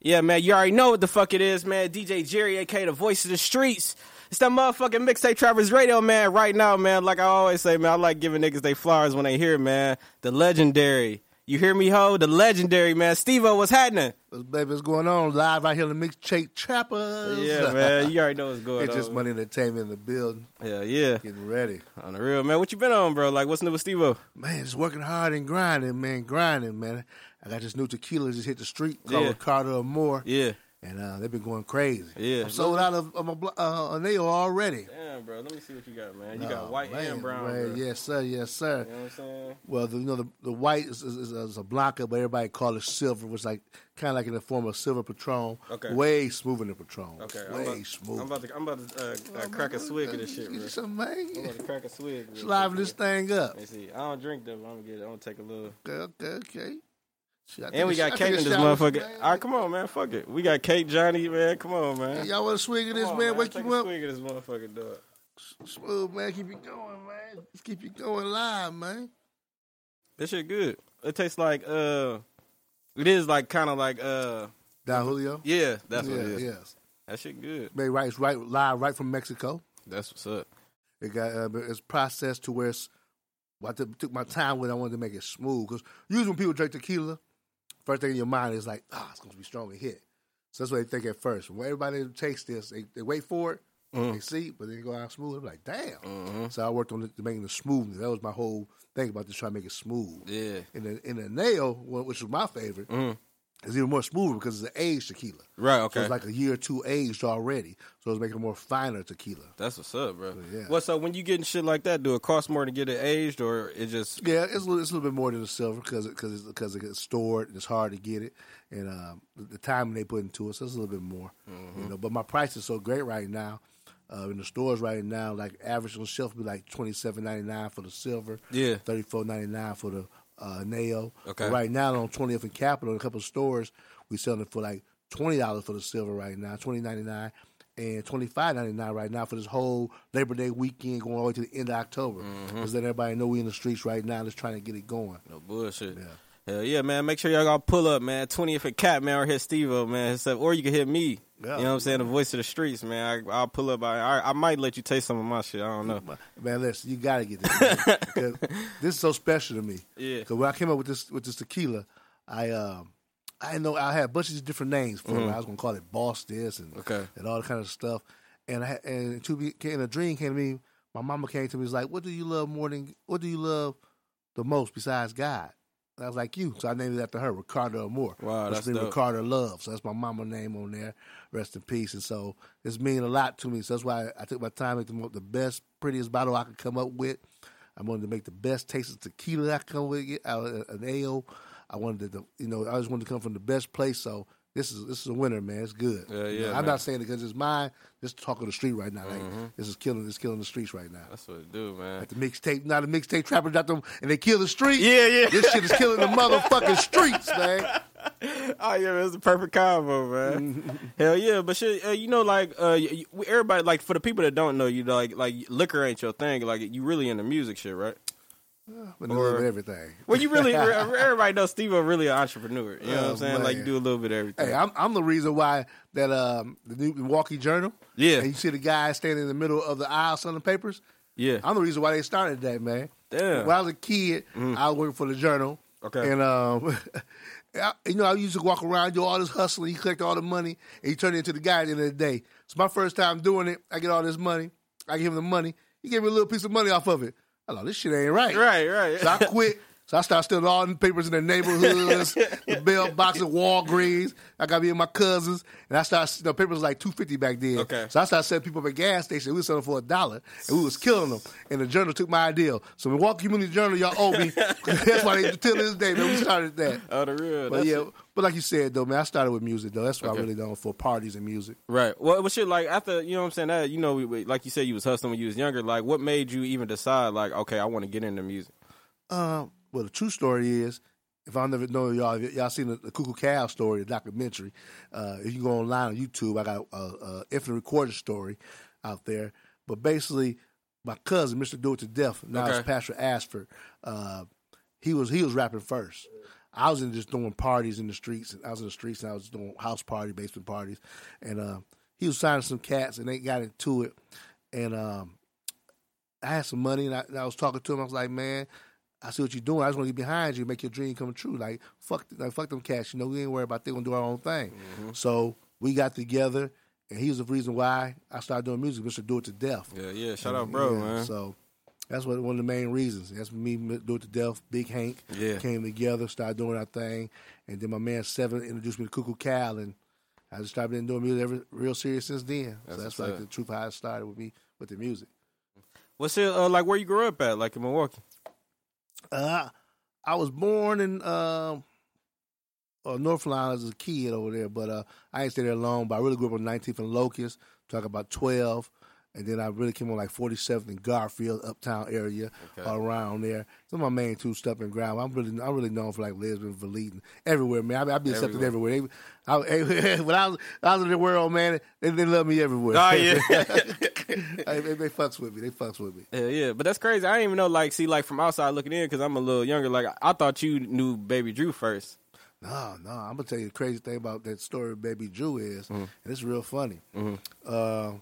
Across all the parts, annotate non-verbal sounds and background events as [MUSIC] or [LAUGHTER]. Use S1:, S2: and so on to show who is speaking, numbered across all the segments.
S1: Yeah, man, you already know what the fuck it is, man. DJ Jerry, aka the voice of the streets. It's that motherfucking mixtape Travers Radio, man. Right now, man, like I always say, man, I like giving niggas they flowers when they hear, it, man. The legendary. You hear me, ho? The legendary, man. Steve O, what's happening?
S2: What's, baby, what's going on? Live right here in the Mixtape Trappers. [LAUGHS]
S1: Yeah, man. You already know what's going
S2: it's
S1: on.
S2: just money entertainment in the building.
S1: yeah, yeah.
S2: Getting ready.
S1: On the real, man. What you been on, bro? Like, what's new with Steve O?
S2: Man, just working hard and grinding, man. Grinding, man. I got this new tequila just hit the street called
S1: Yeah.
S2: Ricardo Moore.
S1: Yeah.
S2: And uh, they've been going crazy.
S1: Yeah.
S2: I'm sold out of, of my blo- uh, on they already.
S1: Damn, bro. Let me see what you got, man. You
S2: Oh,
S1: got white
S2: man,
S1: and brown. bro.
S2: man. Yes, sir. Yes, sir.
S1: You know what I'm saying?
S2: Well, the, you know the, the white is, is, is, is a blanca, but everybody called it silver. Was like kind of like in the form of silver Patron.
S1: Okay.
S2: Way smoother than Patron.
S1: Okay.
S2: Way
S1: I'm about,
S2: smoother.
S1: I'm about to, I'm about to uh, uh, crack a swig of this shit,
S2: Get
S1: bro.
S2: you some, man.
S1: I'm about to crack a swig.
S2: Let's
S1: real
S2: liven
S1: quick,
S2: this
S1: man.
S2: thing up.
S1: Let me see. I don't drink though, but I'm gonna get it. I'm gonna take a little.
S2: Okay, okay, okay. Shit, I think
S1: And we
S2: a-
S1: got
S2: I
S1: Kate
S2: think
S1: in
S2: a
S1: this
S2: shower,
S1: motherfucker.
S2: man.
S1: All right, come on, man. Fuck it. We got Kate, Johnny, man. Come on, man.
S2: Y'all want to swing of this,
S1: Come on,
S2: man? Wake
S1: Take
S2: you
S1: a
S2: up.
S1: swig of this motherfucker, dog.
S2: Smooth, man. Keep you going, man. Let's keep you going live, man.
S1: This shit good. It tastes like uh, it is like kind of like uh,
S2: Don Julio.
S1: yeah, that's
S2: yeah,
S1: what it is.
S2: Yes.
S1: That shit good.
S2: Made right, it's right, live, right from Mexico.
S1: That's what's up.
S2: It got uh, it's processed to where it's. Well, I took took my time with. it. I wanted to make it smooth because usually when people drink tequila, first thing in your mind is like, ah, it's going to be strong and hit. So that's what they think at first. When everybody takes this, they, they wait for it,
S1: Mm-hmm.
S2: they see, but then it go out smooth. I'm like, damn. So I worked on it, making the smoothness. That was my whole thing about this, trying to make it smooth.
S1: Yeah.
S2: And the, and the nail, wh- which was my favorite, is even more smoother because it's an aged tequila.
S1: Right.
S2: So
S1: Mm-hmm. Okay.
S2: it's like a year or two aged already. So it's making a more finer tequila.
S1: that's what's up, bro.
S2: yeah.
S1: Well, so when you getting shit like that, do it cost more to get it aged, or it just
S2: Yeah, it's a little, it's a little bit more than the silver because because because it gets stored and it's hard to get it, and um, the, the time they put into it, so it's a little bit more. You know, but my price is so great right now. Uh, in the stores right now, like average on shelf be like twenty seven ninety nine for the silver,
S1: Yeah.
S2: thirty four ninety nine for the uh, nail.
S1: Okay.
S2: But right now on twentieth and Capitol, in a couple of stores, we selling it for like twenty dollars for the silver right now, twenty ninety nine. And twenty five ninety nine right now for this whole Labor Day weekend going all the way to the end of October.
S1: Mm-hmm.
S2: Just let everybody know we in the streets right now, just trying to get it going.
S1: No bullshit. Yeah. Hell yeah, man. Make sure y'all go pull up, man. 20th and Cap, man, or hit Steve O, man. Hit Steve- Or you can hit me.
S2: Yeah.
S1: You know what I'm saying? The voice of the streets, man. I, I'll pull up. I, I I might let you taste some of my shit. I don't know.
S2: Man, listen, you gotta get this. man, 'cause
S1: [LAUGHS]
S2: this is so special to me.
S1: Yeah.
S2: Because when I came up with this with this tequila, I um I didn't know I had a bunch of different names for it. I was gonna call it Boss this and
S1: Mm-hmm. Okay.
S2: and all that kind of stuff. And I had- and to be and a dream came to me. My mama came to me. Was like, "What do you love more than what do you love the most besides God?" And I was like, "You." So I named it after her, Ricardo Moore.
S1: Wow,
S2: which
S1: that's
S2: means
S1: dope.
S2: Ricardo Love. So that's my mama name on there. Rest in peace. And so it's mean a lot to me. So that's why I took my time to make the mo- the best, prettiest bottle I could come up with. I wanted to make the best tasting tequila I could come with get out of an ale. I wanted to, you know, I just wanted to come from the best place. So this is this is a winner, man. It's good.
S1: Yeah, yeah,
S2: You know, I'm
S1: man. Mm-hmm.
S2: not saying it because it's mine. Just talk on the street right now. Like this is killing. It's killing the streets right now.
S1: That's what it do, man. [LAUGHS]
S2: Like the mixtape, not a mixtape trapper, not them, and they kill the street.
S1: Yeah, yeah.
S2: This shit is killing the motherfucking streets, man.
S1: [LAUGHS] Oh, yeah, man. It's the perfect combo,
S2: [LAUGHS]
S1: man. Hell yeah. But shit, uh, you know, like, uh, y- y- we- everybody, like, for the people that don't know you, like, like liquor ain't your thing. Like, you really into music shit, right?
S2: But a little bit of everything.
S1: Well, you really,
S2: [LAUGHS]
S1: everybody knows Steve O really an entrepreneur. You know what
S2: Oh,
S1: I'm saying? Like, you
S2: man.
S1: do a little bit of everything.
S2: Hey, I'm, I'm the reason why that um, the New Milwaukee Journal.
S1: Yeah.
S2: And you see the guy standing in the middle of the aisle selling papers.
S1: yeah.
S2: I'm the reason why they started that, man.
S1: Damn.
S2: When I was a kid, I was working for the Journal.
S1: Okay.
S2: And um, [LAUGHS] I- you know, I used to walk around, do all this hustling. You collect all the money, and you turn it into the guy at the end of the day. It's my first time doing it. I get all this money. I give him the money. He gave me a little piece of money off of it. I thought this shit ain't right.
S1: right, right.
S2: So I quit. So I started stealing all the papers in the neighborhoods, the bell boxes, Walgreens. I got me and my cousins, and I started. The papers was like two fifty back then.
S1: Okay.
S2: So I started setting people up at gas stations. We was selling for a dollar, and we was killing them. And the journal took my idea. So Milwaukee Community Journal, y'all owe
S1: [LAUGHS]
S2: me. That's why they till this day, man. We started that.
S1: Oh, the real.
S2: But
S1: That's-
S2: yeah, but like you said though, man, I started with music though. That's what
S1: Okay.
S2: I really known for parties and music.
S1: Right. Well, but shit, like after you know what I'm saying. That you know, we- we, like you said, you was hustling when you was younger. Like, what made you even decide? Like, okay, I want to get into music.
S2: Um, well, the true story is, if I never know y'all, if y'all seen the, the Cuckoo Cow story, the documentary. Uh, if you go online on YouTube, I got a, a infinite recording story out there. But basically, my cousin, Mr. Do It to Death, now
S1: Okay.
S2: it's Pastor Ashford. Uh, he was he was rapping first. I was in just doing parties in the streets. And I was in the streets and I was doing house party, basement parties, and uh, he was signing some cats and they got into it. And um, I had some money and I, and I was talking to him. I was like, man, I see what you're doing. I just want to get behind you, make your dream come true. Like fuck, like fuck them cats. You know, we ain't worried about. They gonna do our own thing.
S1: Mm-hmm.
S2: So we got together, and he was the reason why I started doing music. Was to do it to death.
S1: Yeah, yeah. Shout out, bro,
S2: Yeah,
S1: man.
S2: So that's what one of the main reasons. That's me do it to death. Big Hank
S1: Yeah.
S2: came together, started doing our thing, and then my man Seven introduced me to Cuckoo Cal, and I just started been doing music ever, real serious since then. so
S1: That's what's
S2: that's like
S1: up.
S2: the truth how it started with me with the music.
S1: What's it uh, like? Where you grew up at? Like in Milwaukee?
S2: Uh, I was born in um uh, North Carolina as a kid over there, but uh, I ain't stay there long. But I really grew up on 19th and Locust, talk about 12, and then I really came on like 47th and Garfield, Uptown area,
S1: Okay.
S2: around there. Some of my main two stepping ground. I'm really I'm really known for like Lisbon, Valleton, everywhere, man. I, I be accepted everywhere. They, I, [LAUGHS] when I was I was in the world, man, they, they love me everywhere.
S1: [LAUGHS] Oh, yeah.
S2: Hey, [LAUGHS] they, they fucks with me. They fucks with me.
S1: [LAUGHS] Yeah, yeah. But that's crazy. I didn't even know. Like, see, like from outside looking in, because I'm a little younger. Like, I-, I thought you knew Baby Drew first.
S2: No, no. I'm gonna tell you the crazy thing about that story, of Baby Drew is, and it's real funny. Uh,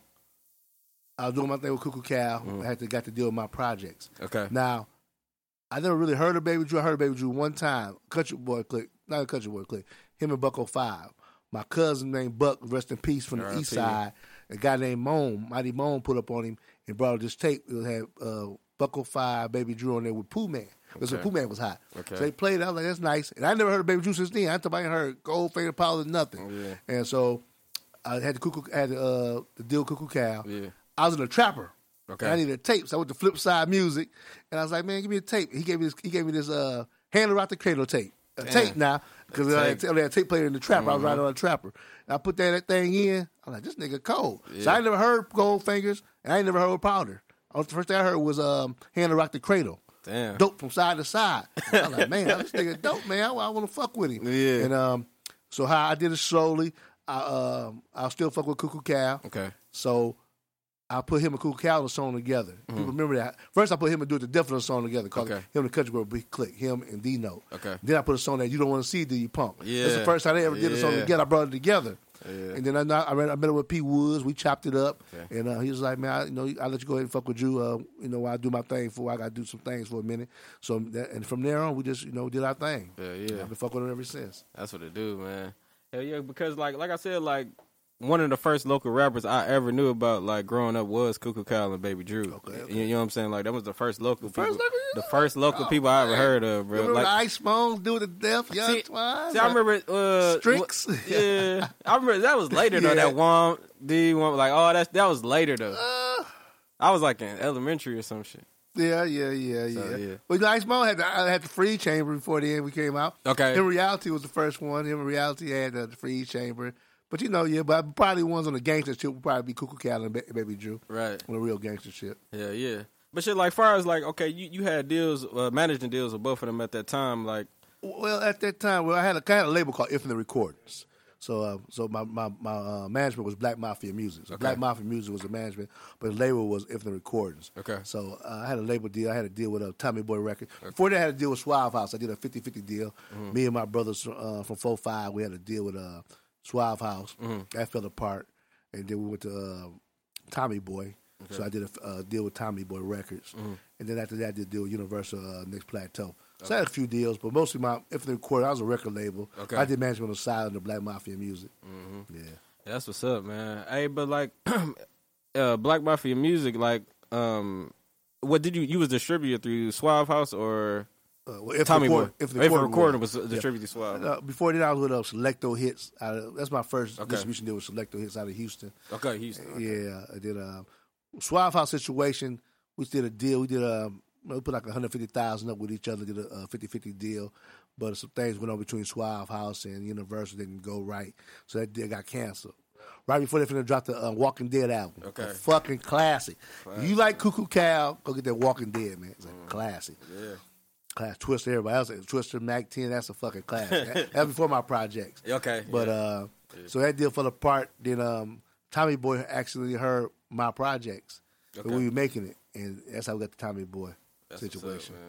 S2: I was doing my thing with Cuckoo Cow. I had to got to deal with my projects.
S1: Okay.
S2: Now, I never really heard of Baby Drew. I heard of Baby Drew one time. Country Boy Click, not a Country Boy Click. Him and Bucko Five. My cousin named Buck, rest in peace, from the
S1: R.I.P..
S2: East Side. A guy named Moan, Mighty Moan, put up on him and brought this tape. It had uh, Bucko Five, Baby Drew on there with Pooh Man. Because
S1: Okay.
S2: Pooh Man was hot.
S1: Okay.
S2: So they played it. I was like, that's nice. And I never heard of Baby Drew since then. I thought I ain't heard Gold Faded Powder, nothing.
S1: Oh, Yeah.
S2: And so I had the cuckoo, I had the, uh, the deal Cuckoo Cow.
S1: Yeah.
S2: I was in a trapper.
S1: Okay.
S2: And I needed a tape, so I went to Flip Side Music, and I was like, "Man, give me a tape." He gave me this. He gave me this uh, Handler Out the Cradle tape. A tape now because I had I had a tape player in the trapper.
S1: Mm-hmm.
S2: I was riding on a trapper. And I put that, that thing in. I'm like, "This nigga cold." So I ain't never heard Gold Fingers, and I ain't never heard Powder. Oh, The first thing I heard was um, Handler Rock the Cradle.
S1: Damn.
S2: Dope from side to side.
S1: [LAUGHS]
S2: I'm like, man, this nigga dope, man. I, want to fuck with him.
S1: Yeah.
S2: And um, so how I did it slowly. I um, I still fuck with Cuckoo Cow.
S1: Okay.
S2: So I put him and Cool Cal on a song together. You remember that? First, I put him and Do It the Death on a song together called
S1: Mm-hmm. Okay.
S2: him and the Country Boy Big Click, him and D Note.
S1: Okay.
S2: Then I put a song that you don't want to see, do you punk? That's
S1: Yeah.
S2: the first time they ever did a song
S1: Yeah.
S2: together. I brought it together.
S1: Yeah.
S2: And then I, I ran, I met up with P Woods. We chopped it up,
S1: Okay.
S2: and uh, he was like, "Man, I, you know, I let you go ahead and fuck with you. Uh, you know, while I do my thing for. I got to do some things for a minute. So, that, and from there on, we just you know did our thing.
S1: Yeah, yeah.
S2: I've been fucking with him ever since.
S1: That's what it do, man. Hell yeah, because like like I said, like one of the first local rappers I ever knew about, like growing up, was Cuckoo Kyle and Baby Drew.
S2: Okay, okay.
S1: You, you know what I'm saying? Like that was the first local people,
S2: first local you
S1: the first local people I ever heard of, bro.
S2: Remember
S1: Like,
S2: the Ice Bones, Do It to Death, Young
S1: See-
S2: Twine?
S1: See, I remember uh,
S2: Strix?
S1: wh- Yeah, I remember that
S2: [LAUGHS]
S1: was later though.
S2: Yeah.
S1: That one D one like oh that's that was later though.
S2: Uh,
S1: I was like in elementary or some shit.
S2: Yeah, yeah, yeah, yeah.
S1: So, yeah.
S2: But you know, Ice Mo had the, I had the free chamber before the end we came out.
S1: Okay.
S2: In reality was the first one. In reality had uh, the free chamber. But you know, yeah, but probably ones on the gangster shit would probably be Cuckoo Cat and ba- Baby Drew
S1: Right.
S2: on the real gangster shit.
S1: Yeah, yeah. But shit, like far as like okay, you, you had deals, uh, managing deals with both of them at that time. Like
S2: Well, at that time, well, I had a, I had a label called Infinite Recordings. So, uh, so my my, my uh, management was Black Mafia Music. So Black Mafia Music was the management, but the label was Infinite Recordings.
S1: Okay.
S2: So uh, I had a label deal. I had a deal with a Tommy Boy record. Before that, I had a deal with Suave House. I did a 50-50 deal.
S1: Mm-hmm.
S2: Me and my brothers uh, from Four Five, we had a deal with uh, Suave House.
S1: Mm-hmm.
S2: That fell apart, and then we went to uh, Tommy Boy. So I did a f- uh, deal with Tommy Boy Records,
S1: Mm-hmm.
S2: and then after that, I did a deal with Universal uh, Next Plateau. So I had a few deals, but mostly my Infinite Record. I was a record label.
S1: Okay. Mm-hmm.
S2: I did management on the side of the Black Mafia music. Yeah.
S1: That's what's up, man. Hey, but like, [CLEARS THROAT] uh, Black Mafia Music, like, um, what did you? You was distributed through Suave House or
S2: Uh, well, if
S1: Tommy
S2: record,
S1: Boy?
S2: if
S1: If
S2: the
S1: recording,
S2: record
S1: was distributed through Suave.
S2: Uh, before then, I was with uh, Selecto Hits. Out of, that's my first
S1: Okay.
S2: distribution deal with Selecto Hits out of Houston.
S1: Okay, Houston.
S2: Yeah, I did a Suave House situation. We did a deal. We did a we put like 150,000 up with each other. Did a 50 50 deal, but some things went on between Suave House and Universal didn't go right, so that deal got canceled. Right before they finna drop the uh, Walking Dead album,
S1: Okay.
S2: a fucking classic. You like Cuckoo Cow? Go get that Walking Dead, man. It's a
S1: Mm-hmm.
S2: classic.
S1: Yeah.
S2: Class Twister, everybody else. Twister, Mac 10, that's a
S1: [LAUGHS]
S2: fucking class. that, that's before my projects.
S1: Okay,
S2: But
S1: yeah.
S2: uh, so that deal fell apart. Then um, Tommy Boy actually heard my projects. So
S1: Okay.
S2: we were making it. And that's how we got the Tommy Boy
S1: That's what's up,
S2: situation.
S1: man.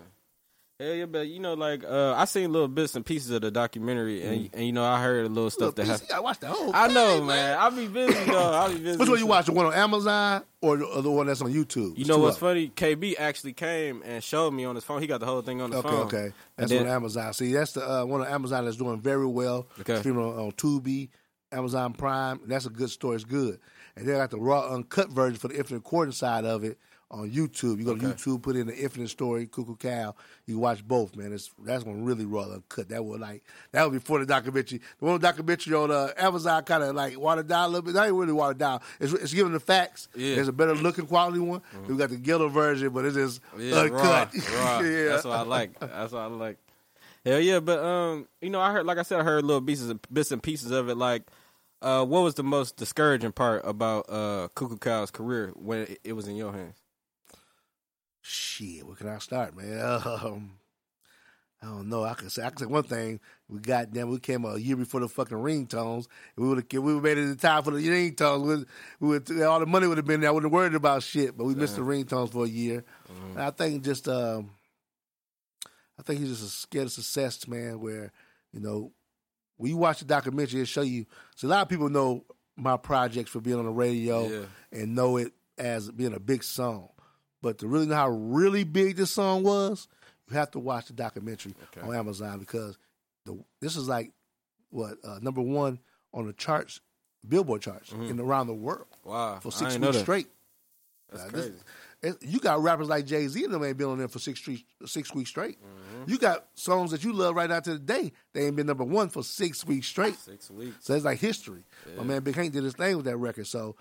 S1: Yeah, yeah, but you know, like uh, I seen little bits and pieces of the documentary, and
S2: Mm.
S1: and you know, I heard a little stuff that
S2: Look,
S1: happened.
S2: PC, I watched the whole.
S1: I know,
S2: thing,
S1: man. I be busy though. I be busy.
S2: Which one you watch? The one on Amazon or the, or the one that's on YouTube?
S1: You
S2: It's
S1: know
S2: two
S1: what's
S2: of them.
S1: funny? KB actually came and showed me on his phone. He got the whole thing on the phone.
S2: Okay, okay. That's
S1: then-
S2: on Amazon. See, that's the uh, one on Amazon that's doing very well.
S1: Okay.
S2: Streaming on, on Tubi, Amazon Prime. That's a good story. It's good. And they got the raw, uncut version for the Infinite Quarter side of it on YouTube. You go to YouTube, put in the Infinite Story, Cuckoo Cow. You watch both, man. It's that's one really raw, uncut. That was like that was before the documentary. The one documentary on uh, Amazon kind of like watered down a little bit. Not even really watered down. It's, it's giving the facts.
S1: Yeah. Mm-hmm.
S2: There's a better looking quality one. We got the ghetto version, but it's just
S1: Yeah,
S2: uncut. [LAUGHS]
S1: Raw, raw. That's what I like. That's what I like. Hell yeah, but um, you know, I heard, like I said, I heard little pieces, of, bits and pieces of it. Like, uh, what was the most discouraging part about uh Cuckoo Cow's career when it, it was in your hands?
S2: Shit, where can I start, man? [LAUGHS] Um, I don't know. I can say I can say one thing. We got them. We came a year before the fucking ringtones. We would have we would've made it in time for the ringtones. We would, we would all the money would have been there. I wouldn't have worried about shit. But we missed the ringtones for a year. And I think just um, I think he's just scared of success, man. Where you know when you watch the documentary, it show you. So a lot of people know my projects for being on the radio
S1: Yeah.
S2: and know it as being a big song. But to really know how really big this song was, you have to watch the documentary on Amazon because the this is like what uh, number one on the charts, Billboard charts, and around the world
S1: Wow, Mm-hmm.
S2: for
S1: I
S2: six
S1: ain't know
S2: weeks
S1: that.
S2: straight.
S1: That's
S2: Now, this-
S1: crazy.
S2: it- you got rappers like Jay Z and them ain't been on there for six street, six weeks straight.
S1: Mm-hmm.
S2: You got songs that you love right now to the day. They ain't been number one for six weeks straight.
S1: Six weeks.
S2: So it's like history. My man Big Hank did his thing with that record. So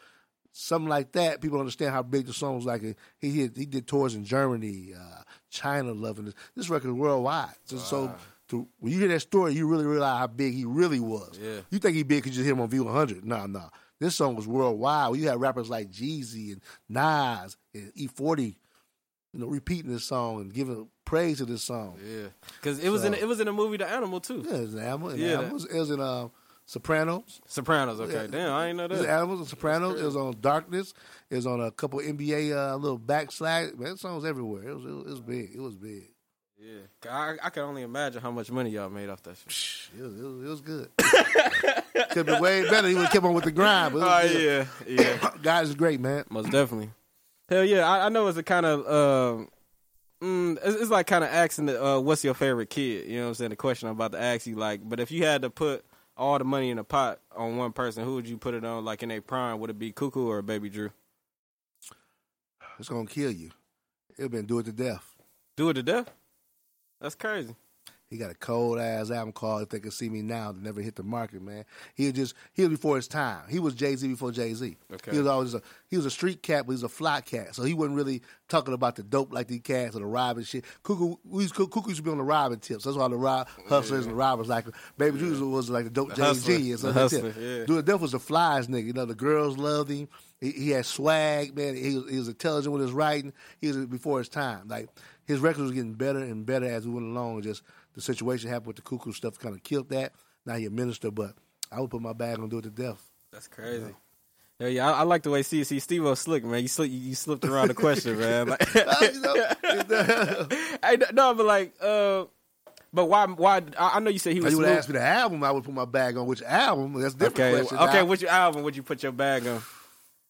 S2: something like that, people understand how big the song was. Like he hit, he did tours in Germany, uh, China, loving this. This record is worldwide. So, so to, when you hear that story, you really realize how big he really was.
S1: Yeah.
S2: You think he big because you hear him on V100? Nah, nah. This song was worldwide. You had rappers like Jeezy and Nas and E40, you know, repeating this song and giving praise to this song.
S1: Yeah, because it was in it was in the movie The Animal too.
S2: Yeah, it was in Animal. in
S1: Yeah, that-
S2: Animals. It was in uh, Sopranos.
S1: Sopranos. Okay, damn, I ain't know
S2: It was
S1: that.
S2: Animals and Sopranos. It was on Darkness. It was on a couple NBA uh, little backslide. Man, that song's everywhere. It was, it was it was big. It was big.
S1: Yeah, I, I can only imagine how much money y'all made off that shit.
S2: It was, it was, it
S1: [LAUGHS]
S2: was good. Could have been way better. He would have kept on with the grind. But it
S1: Oh
S2: was good.
S1: yeah, yeah.
S2: God is great, man.
S1: Most definitely. Hell yeah, I, I know it's a kind of um, mm, it's, it's like kind of asking the, uh, what's your favorite kid. You know what I'm saying? The question I'm about to ask you, like, but if you had to put all the money in a pot on one person, who would you put it on? Like in their prime, would it be Cuckoo or Baby Drew?
S2: It's gonna kill you. It'll been do it to death.
S1: Do it to death. That's crazy.
S2: He got a cold ass album called "If They Could See Me Now" that never hit the market, man. He was just he was before his time. He was Jay Z before Jay Z.
S1: Okay.
S2: He was always a he was a street cat, but he was a fly cat. So he wasn't really talking about the dope like these cats or the robbing shit. Cuckoo, we used, Cuckoo used to be on the robbing tips. That's why the rob hustlers and robbers like Baby Drew was like the dope Jay
S1: hustler.
S2: Z.
S1: The hustler, yeah.
S2: Dude, Def was the flies nigga. You know, the girls loved him. He, he had swag, man. He was, he was intelligent with his writing. He was before his time. Like his records was getting better and better as we went along. Just the situation happened with the cuckoo stuff kind of killed that. Now he a minister, but I would put my bag on do it to death. [LAUGHS]
S1: That's crazy. Hell yeah, I, I like the way see see Steve O slick man. You slick, you, you slipped around the [LAUGHS] question, man. Like,
S2: You
S1: [LAUGHS]
S2: know?
S1: I, no, but like, uh, but why? Why? I, I know you said he
S2: Now,
S1: was.
S2: you would
S1: smooth.
S2: ask me the album, I would put my bag on which album. That's a different.
S1: Okay,
S2: question.
S1: okay.
S2: I-
S1: Which album would you put your bag on?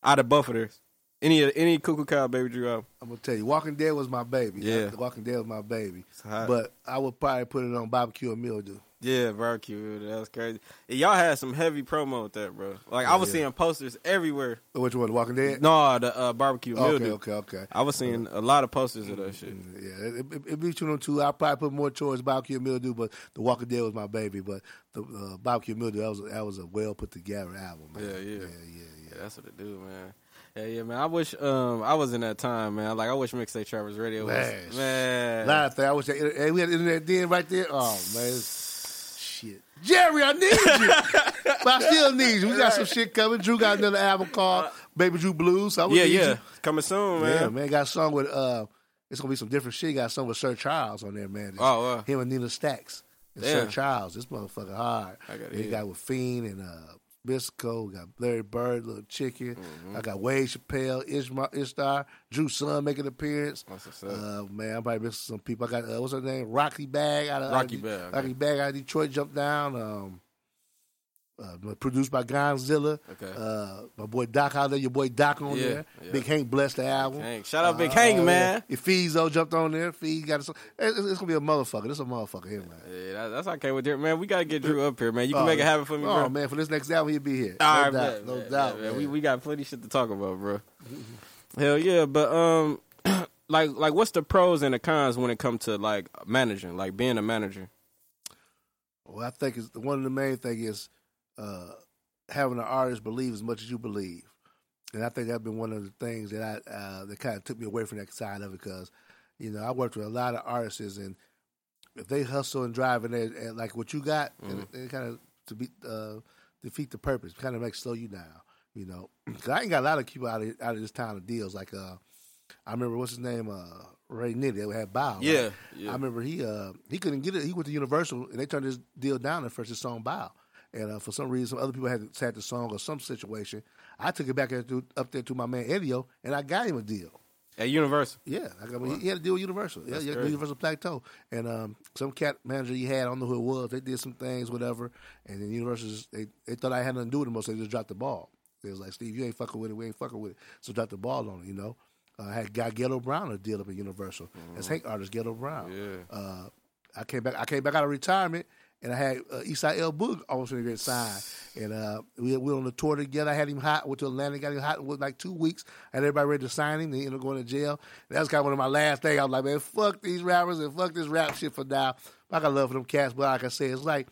S1: Out of both of theirs, any any Cuckoo Cow Baby Drew album?
S2: I'm gonna tell you, Walking Dead was my baby.
S1: Yeah.
S2: The Walking Dead was my baby.
S1: hot.
S2: But I would probably put it on barbecue and mildew.
S1: Yeah, barbecue. That was crazy. And y'all had some heavy promo with that, bro. Like I was seeing posters everywhere.
S2: Which one? The Walking Dead.
S1: No, the uh, barbecue
S2: okay,
S1: mildew.
S2: okay, Mm, okay.
S1: I was seeing a lot of posters of that shit.
S2: Yeah, it, it, it be two on two. I probably put more towards barbecue and mildew, but the Walking Dead was my baby. But the uh, barbecue and mildew that was that was a well put together album. Man.
S1: Yeah, yeah.
S2: yeah, yeah.
S1: Yeah, that's what it do, man. Yeah, yeah, man. I wish um I was in that time, man. Like I wish Mixtape Travers Radio was
S2: Man.
S1: man.
S2: Lot of things. I wish they, hey, we had internet then right there. Oh man, it's- shit, Jerry, I need
S1: [LAUGHS]
S2: you, but I still need you. We got some shit coming. Drew got another album called Baby Drew Blues. So I would
S1: yeah,
S2: need
S1: yeah.
S2: you.
S1: Coming soon, man.
S2: Yeah, man, got a song with uh, it's gonna be some different shit. Got a song with Sir Charles on there, man.
S1: Oh, wow.
S2: him and Nina Stacks and Sir
S1: Damn.
S2: Charles. This motherfucker hard.
S1: I gotta
S2: He
S1: hear
S2: got with Fiend and uh, Bisco, got Larry Bird, Little Chicken.
S1: Mm-hmm.
S2: I got Wade Chappelle, Ishma, Ishtar, Drew Sun making an appearance.
S1: That's what's up.
S2: Uh, man, I'm probably missing some people. I got uh, what's her name? Rocky Bag out of
S1: Rocky
S2: out of-
S1: Bag, okay.
S2: Rocky Bag out of Detroit. Jump down. Um, uh, produced by Gonzilla.
S1: Okay.
S2: Uh, my boy Doc out there. Your boy Doc on
S1: Yeah,
S2: there.
S1: yeah.
S2: Big Hank blessed the album.
S1: Hank. Shout out Big Hank, man.
S2: Uh, Ah, Yeah. Feezo jumped on there. Feez got a song. It's, it's gonna be a motherfucker. This a motherfucker here, man.
S1: Yeah, that, that's okay with Drew, man. We gotta get Drew up here, man. You can
S2: Oh,
S1: make it happen for me,
S2: oh,
S1: bro.
S2: man, for this next album, he'll be here.
S1: All
S2: no
S1: right,
S2: doubt,
S1: man,
S2: no
S1: man,
S2: doubt.
S1: man, man.
S2: man.
S1: We we got plenty shit to talk about,
S2: [LAUGHS]
S1: bro. Hell yeah, but um, [CLEARS THROAT] like like what's the pros and the cons when it comes to like managing, like being a manager?
S2: Well, I think it's, one of the main thing is uh, having an artist believe as much as you believe, and I think that's been one of the things that I uh, that kind of took me away from that side of it because, you know, I worked with a lot of artists, and if they hustle and drive and, they, and like what you got, and
S1: Mm-hmm.
S2: it, kind of to be uh, defeat the purpose, kind of make slow you down, you know. [CLEARS THROAT] 'Cause I ain't got a lot of people out of out of this town of deals. Like uh, I remember what's his name, uh, Ray Nitty, that had Bow. right?
S1: Yeah, yeah.
S2: I remember he uh he couldn't get it. He went to Universal and they turned his deal down at first. His song "Bow," and uh, for some reason, some other people had had the song or some situation. I took it back up to- up there to my man Edio, and I got him a deal.
S1: At Universal,
S2: Yeah, like, I mean, he had to deal with Universal. Yeah, yeah,
S1: crazy.
S2: Universal Plateau, and um, some cat manager he had. I don't know who it was. They did some things, whatever, and then Universal just- they they thought I had nothing to do with them, so they just dropped the ball. They was like, Steve, you ain't fucking with it. We ain't fucking with it. So dropped the ball on it, you know. Uh, I had got Ghetto Brown a deal up at Universal. That's Hank artist Ghetto Brown.
S1: Mm-hmm. Yeah.
S2: Uh, I came back. I came back out of retirement, and I had uh, Eastside L Boog almost in the sign. And uh, we, we were on the tour together. I had him hot. Went to Atlanta, got him hot in like two weeks. I had everybody ready to sign him. Then he ended up going to jail. That was kind of one of my last things. I was like, man, fuck these rappers and fuck this rap shit for now. I got love for them cats, but like I said, it's like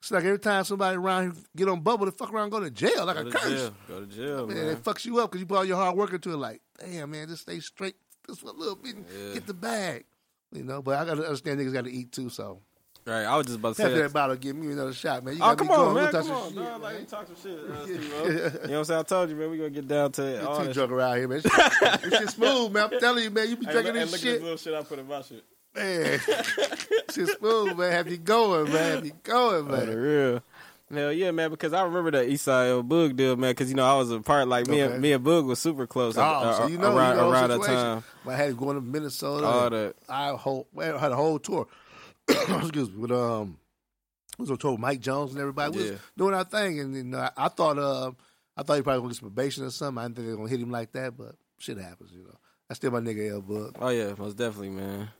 S2: it's like every time somebody around here get on bubble, they fuck around, and go to jail like
S1: go
S2: a
S1: to
S2: curse.
S1: jail, go to jail,
S2: Man,
S1: man.
S2: it fucks you up because you put all your hard work into it. Like, damn, man, just stay straight just for a little bit and get the bag. You know, but I gotta understand niggas gotta eat too. So
S1: Right, I was just about to say
S2: after
S1: that.
S2: that bottle, give me another shot, man. You
S1: Oh
S2: gotta
S1: come
S2: be
S1: on,
S2: going.
S1: man!
S2: We'll touch
S1: Come on,
S2: some
S1: dog.
S2: shit,
S1: Like,
S2: man.
S1: talk some
S2: [LAUGHS]
S1: shit. uh, Steve-O. you know what I'm saying? I told you, man. We gonna get down to all
S2: Too
S1: that.
S2: drunk
S1: [LAUGHS]
S2: around here, man. This shit smooth, man. I'm telling you, man. You be
S1: Hey, look-
S2: drinking
S1: hey,
S2: this
S1: look
S2: shit,
S1: at this little shit I put in my shit.
S2: man. [LAUGHS] shit smooth, man. Have you going, man? Have you going,
S1: For
S2: [LAUGHS] man?
S1: real. Hell yeah, man! Because I remember that Eastside L Boog deal, man. Because you know I was a part like me
S2: Okay.
S1: and me and Boog was super [LAUGHS] close
S2: Oh,
S1: a-
S2: so
S1: a-
S2: you know you
S1: around,
S2: know the
S1: around that
S2: situation.
S1: time.
S2: But I had to go to Minnesota.
S1: All
S2: and
S1: that.
S2: I whole well, had a whole tour. [COUGHS] Excuse me, but um, we was on tour with Mike Jones and everybody. We
S1: Yeah.
S2: was doing our thing, and, you know, I, I thought uh, I thought he probably gonna get some probation or something. I didn't think they were gonna hit him like that, but shit happens, you know. I still my nigga L Bug.
S1: Oh yeah, most definitely, man.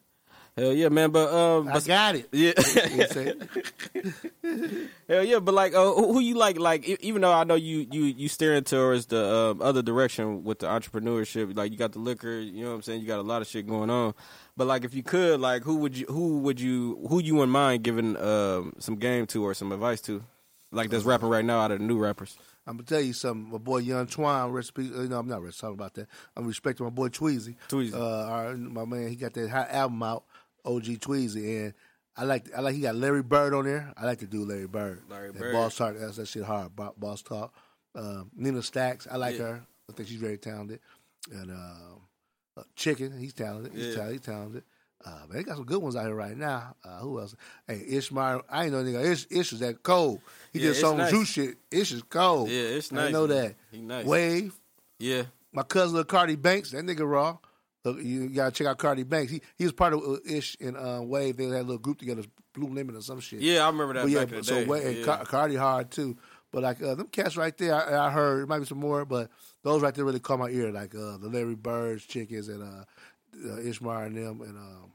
S1: Hell yeah, man. But um,
S2: I
S1: but,
S2: got it.
S1: [LAUGHS] yeah,
S2: You know what I'm saying?
S1: hell yeah. But like, uh, who who you like? Like, e- even though I know you you you steering towards the um, other direction with the entrepreneurship, like you got the liquor, you know what I'm saying? You got a lot of shit going on. But like, if you could, like, who would you who would you who you in mind giving um some game to or some advice to? Like that's rapping right now out of the new rappers.
S2: I'm gonna tell you something. My boy Young Twine, recipe. Uh, no, I'm not rest talking about that. I'm respecting my boy Tweezy.
S1: Tweezy.
S2: uh, our, my man, he got that hot album out, OG Tweezy, and I like, I like. He got Larry Bird on there. I like to do Larry Bird.
S1: Larry
S2: That
S1: Bird.
S2: Boss Talk. That's that shit hard. Bo- Boss Talk. Um, Nina Stacks. I like her. I think she's very talented. And um, uh, Chicken. He's talented. He's
S1: Yeah.
S2: talented. He's talented. Uh, man, they got some good ones out here right now. Uh, who else? Hey, Ishmar. I ain't know nigga. Ish, Ish is that cold. He
S1: Yeah,
S2: did
S1: Ish
S2: some
S1: nice.
S2: Drew shit. Ish is cold.
S1: Yeah, it's
S2: I
S1: nice,
S2: know
S1: man.
S2: that.
S1: He nice.
S2: Wave,
S1: Yeah.
S2: my cousin little Cardi Banks, that nigga raw. Look, you gotta check out Cardi Banks. He he was part of uh, Ish and uh, Wave. They had a little group together, Blue Lemon or some shit.
S1: Yeah, I remember that
S2: But
S1: back in the
S2: so
S1: day.
S2: Wave and
S1: Yeah.
S2: Car- Cardi hard too. But like uh, them cats right there, I, I heard it might be some more, but those right there really caught my ear. Like uh, the Larry Birds, Chickens, and uh, uh, Ishmar and them, and um,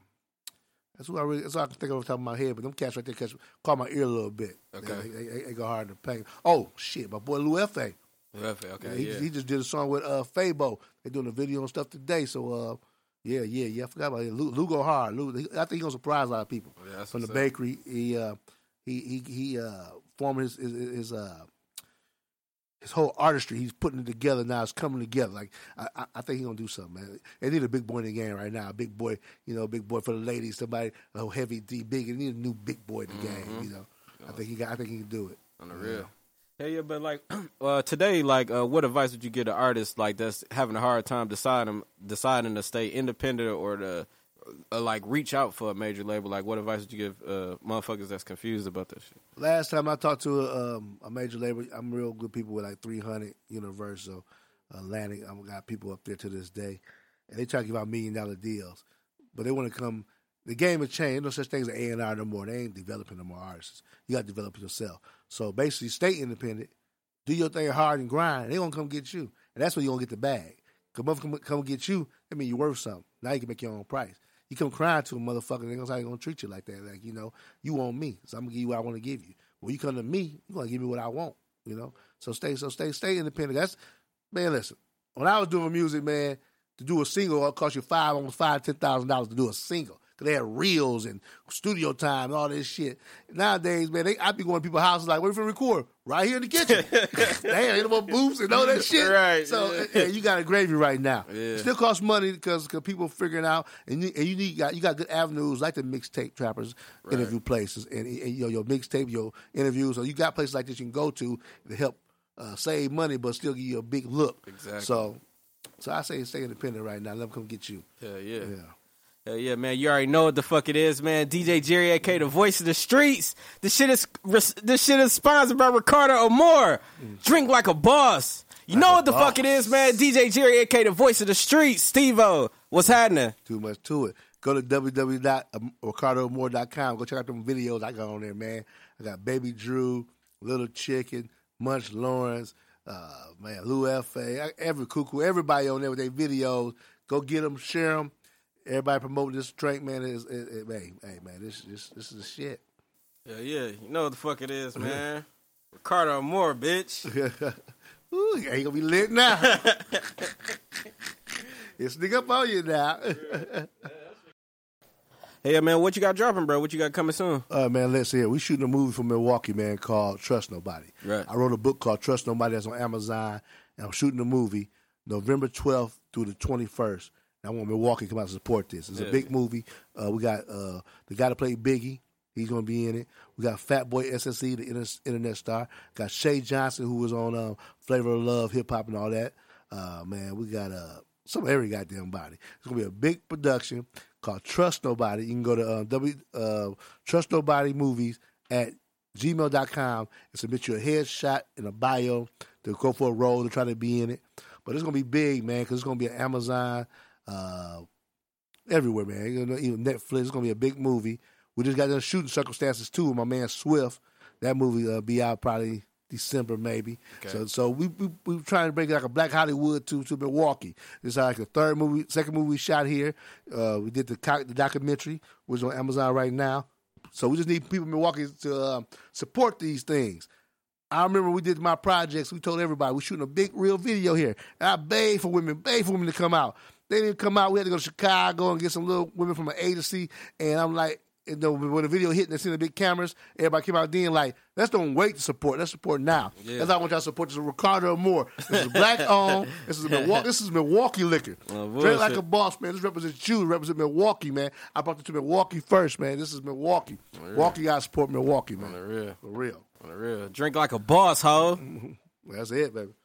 S2: that's who I really that's all I can think of off the top of my head. But them cats right there catch, caught my ear a little bit.
S1: Okay.
S2: they, they, they, they go hard in the paint. Oh shit, my boy Lou Fa.
S1: Okay. okay,
S2: He,
S1: yeah.
S2: he just did a song with uh Fabo. They doing a video and stuff today. So uh, yeah, yeah, yeah. I forgot about it. Lou, Lou go hard. Lou, he- I think he gonna surprise a lot of people.
S1: Yeah, that's
S2: From the
S1: what's up.
S2: bakery, he uh, he he he uh, formed his his, his uh. His whole artistry, he's putting it together now. It's coming together. Like I, I, I think he's gonna do something, man. They need a big boy in the game right now. A big boy, you know, a big boy for the ladies. Somebody, a heavy D, big. They need a new big boy in the
S1: Mm-hmm.
S2: game. You know, I think he got. I think he can do it.
S1: On the real. Yeah, yeah, but like [CLEARS THROAT] uh, today, like uh, what advice would you give to artists like that's having a hard time deciding deciding to stay independent or to uh, like reach out for a major label? Like, what advice would you give uh, motherfuckers that's confused about this shit?
S2: Last time I talked to a, um, a major label, I'm real good people with like 300 Universal, Atlantic. I've got people up there to this day, and they try to give out million dollar deals, but they want to come. The game has changed. No such thing as A and R no more. They ain't developing no more artists. You got to develop yourself. So basically, stay independent, do your thing hard and grind. They gonna come get you, and that's when you gonna get the bag. Cause motherfucker come, come get you, that mean you worth something. Now you can make your own price. You come crying to a motherfucker, they gonna say, "I ain't gonna treat you like that. Like you know, you own me, so I'm gonna give you what I want to give you. When you come to me, you gonna give me what I want. You know, so stay, so stay, stay independent. That's man. Listen, when I was doing music, man, to do a single, it cost you five, almost five, ten thousand dollars to do a single. Cause they had reels and studio time and all this shit. Nowadays, man, they, I be going to people's houses like, "Where you finna record? Right here in
S1: [LAUGHS]
S2: the kitchen." Damn, hit them up booths and all that shit.
S1: Right,
S2: So
S1: yeah.
S2: yeah, you got a gravy right now.
S1: Yeah.
S2: Still costs money because people figuring out, and you, and you need got, you got good avenues like the mixtape trappers, interview places, and, and you know, your mixtape, your interviews. So you got places like this you can go to to help uh, save money, but still give you a big look.
S1: Exactly.
S2: So, so I say stay independent right now. Let them come get you.
S1: Hell yeah.
S2: Yeah.
S1: Hell yeah, man. You already know what the fuck it is, man. DJ Jerry, aka the voice of the streets. This shit is this shit is sponsored by Ricardo Amore. Drink like a boss. You know
S2: Mm. a
S1: what the fuck it is, man. DJ Jerry, aka the voice of the streets. Steve-O, what's happening?
S2: too much to it. Go to www.ricardomore.com. Go check out them videos I got on there, man. I got Baby Drew, Little Chicken, Munch Lawrence, uh, man, Lou F.A., every cuckoo, everybody on there with their videos. Go get them, share them. Everybody promoting this drink, man. Is it, it, hey, hey, man, this this this is the shit.
S1: Yeah, yeah. You know what the fuck it is, man. Ricardo Amore, bitch.
S2: Ooh, you ain't gonna be lit now. [LAUGHS] it's sneak up on you now.
S1: [LAUGHS] Hey man, what you got dropping, bro? What you got coming soon?
S2: Uh, man, let's hear. it. We shooting a movie from Milwaukee, man, called Trust Nobody.
S1: Right.
S2: I wrote a book called Trust Nobody that's on Amazon, and I'm shooting a movie November 12th through the 21st. And I want Milwaukee to come out and support this. It's a big movie. Uh, we got uh, the guy that played Biggie. He's going to be in it. We got Fat Boy SSE, the inter- internet star. Got Shay Johnson, who was on um, Flavor of Love, hip hop, and all that. Uh, man, we got uh, some every goddamn body. It's gonna be a big production called Trust Nobody. You can go to uh, w uh, Trust Nobody Movies at gmail.com and submit your headshot and a bio to go for a role to try to be in it. But it's gonna be big, man, because it's gonna be an Amazon, uh, everywhere, man. You know, even Netflix. It's gonna be a big movie. We just got done shooting circumstances too with my man Swift. That movie uh, be out probably December maybe. So so we we we trying to bring it like a Black Hollywood to to Milwaukee. It's like the third movie, second movie we shot here. Uh, we did the co- the documentary, which is on Amazon right now. So we just need people in Milwaukee to um, support these things. I remember we did my projects. We told everybody we're shooting a big real video here. And I begged for women, begged for women to come out. They didn't come out. We had to go to Chicago and get some little women from an A to C. And I'm like, you know, when the video hit and they seen the big cameras, everybody came out then like, let's don't wait to support. Let's support now. That's why I want y'all to support this is Ricardo Moore. This
S1: [LAUGHS]
S2: is black owned. this is Milwaukee. This is Milwaukee liquor. Drink like
S1: Uh, bullshit.
S2: a boss, man. This represents you. It represents Milwaukee, man. I brought it to Milwaukee first, man. This is Milwaukee. Milwaukee, I support Milwaukee, man.
S1: real.
S2: For real.
S1: On the real. Drink like a boss, ho.
S2: That's it, baby.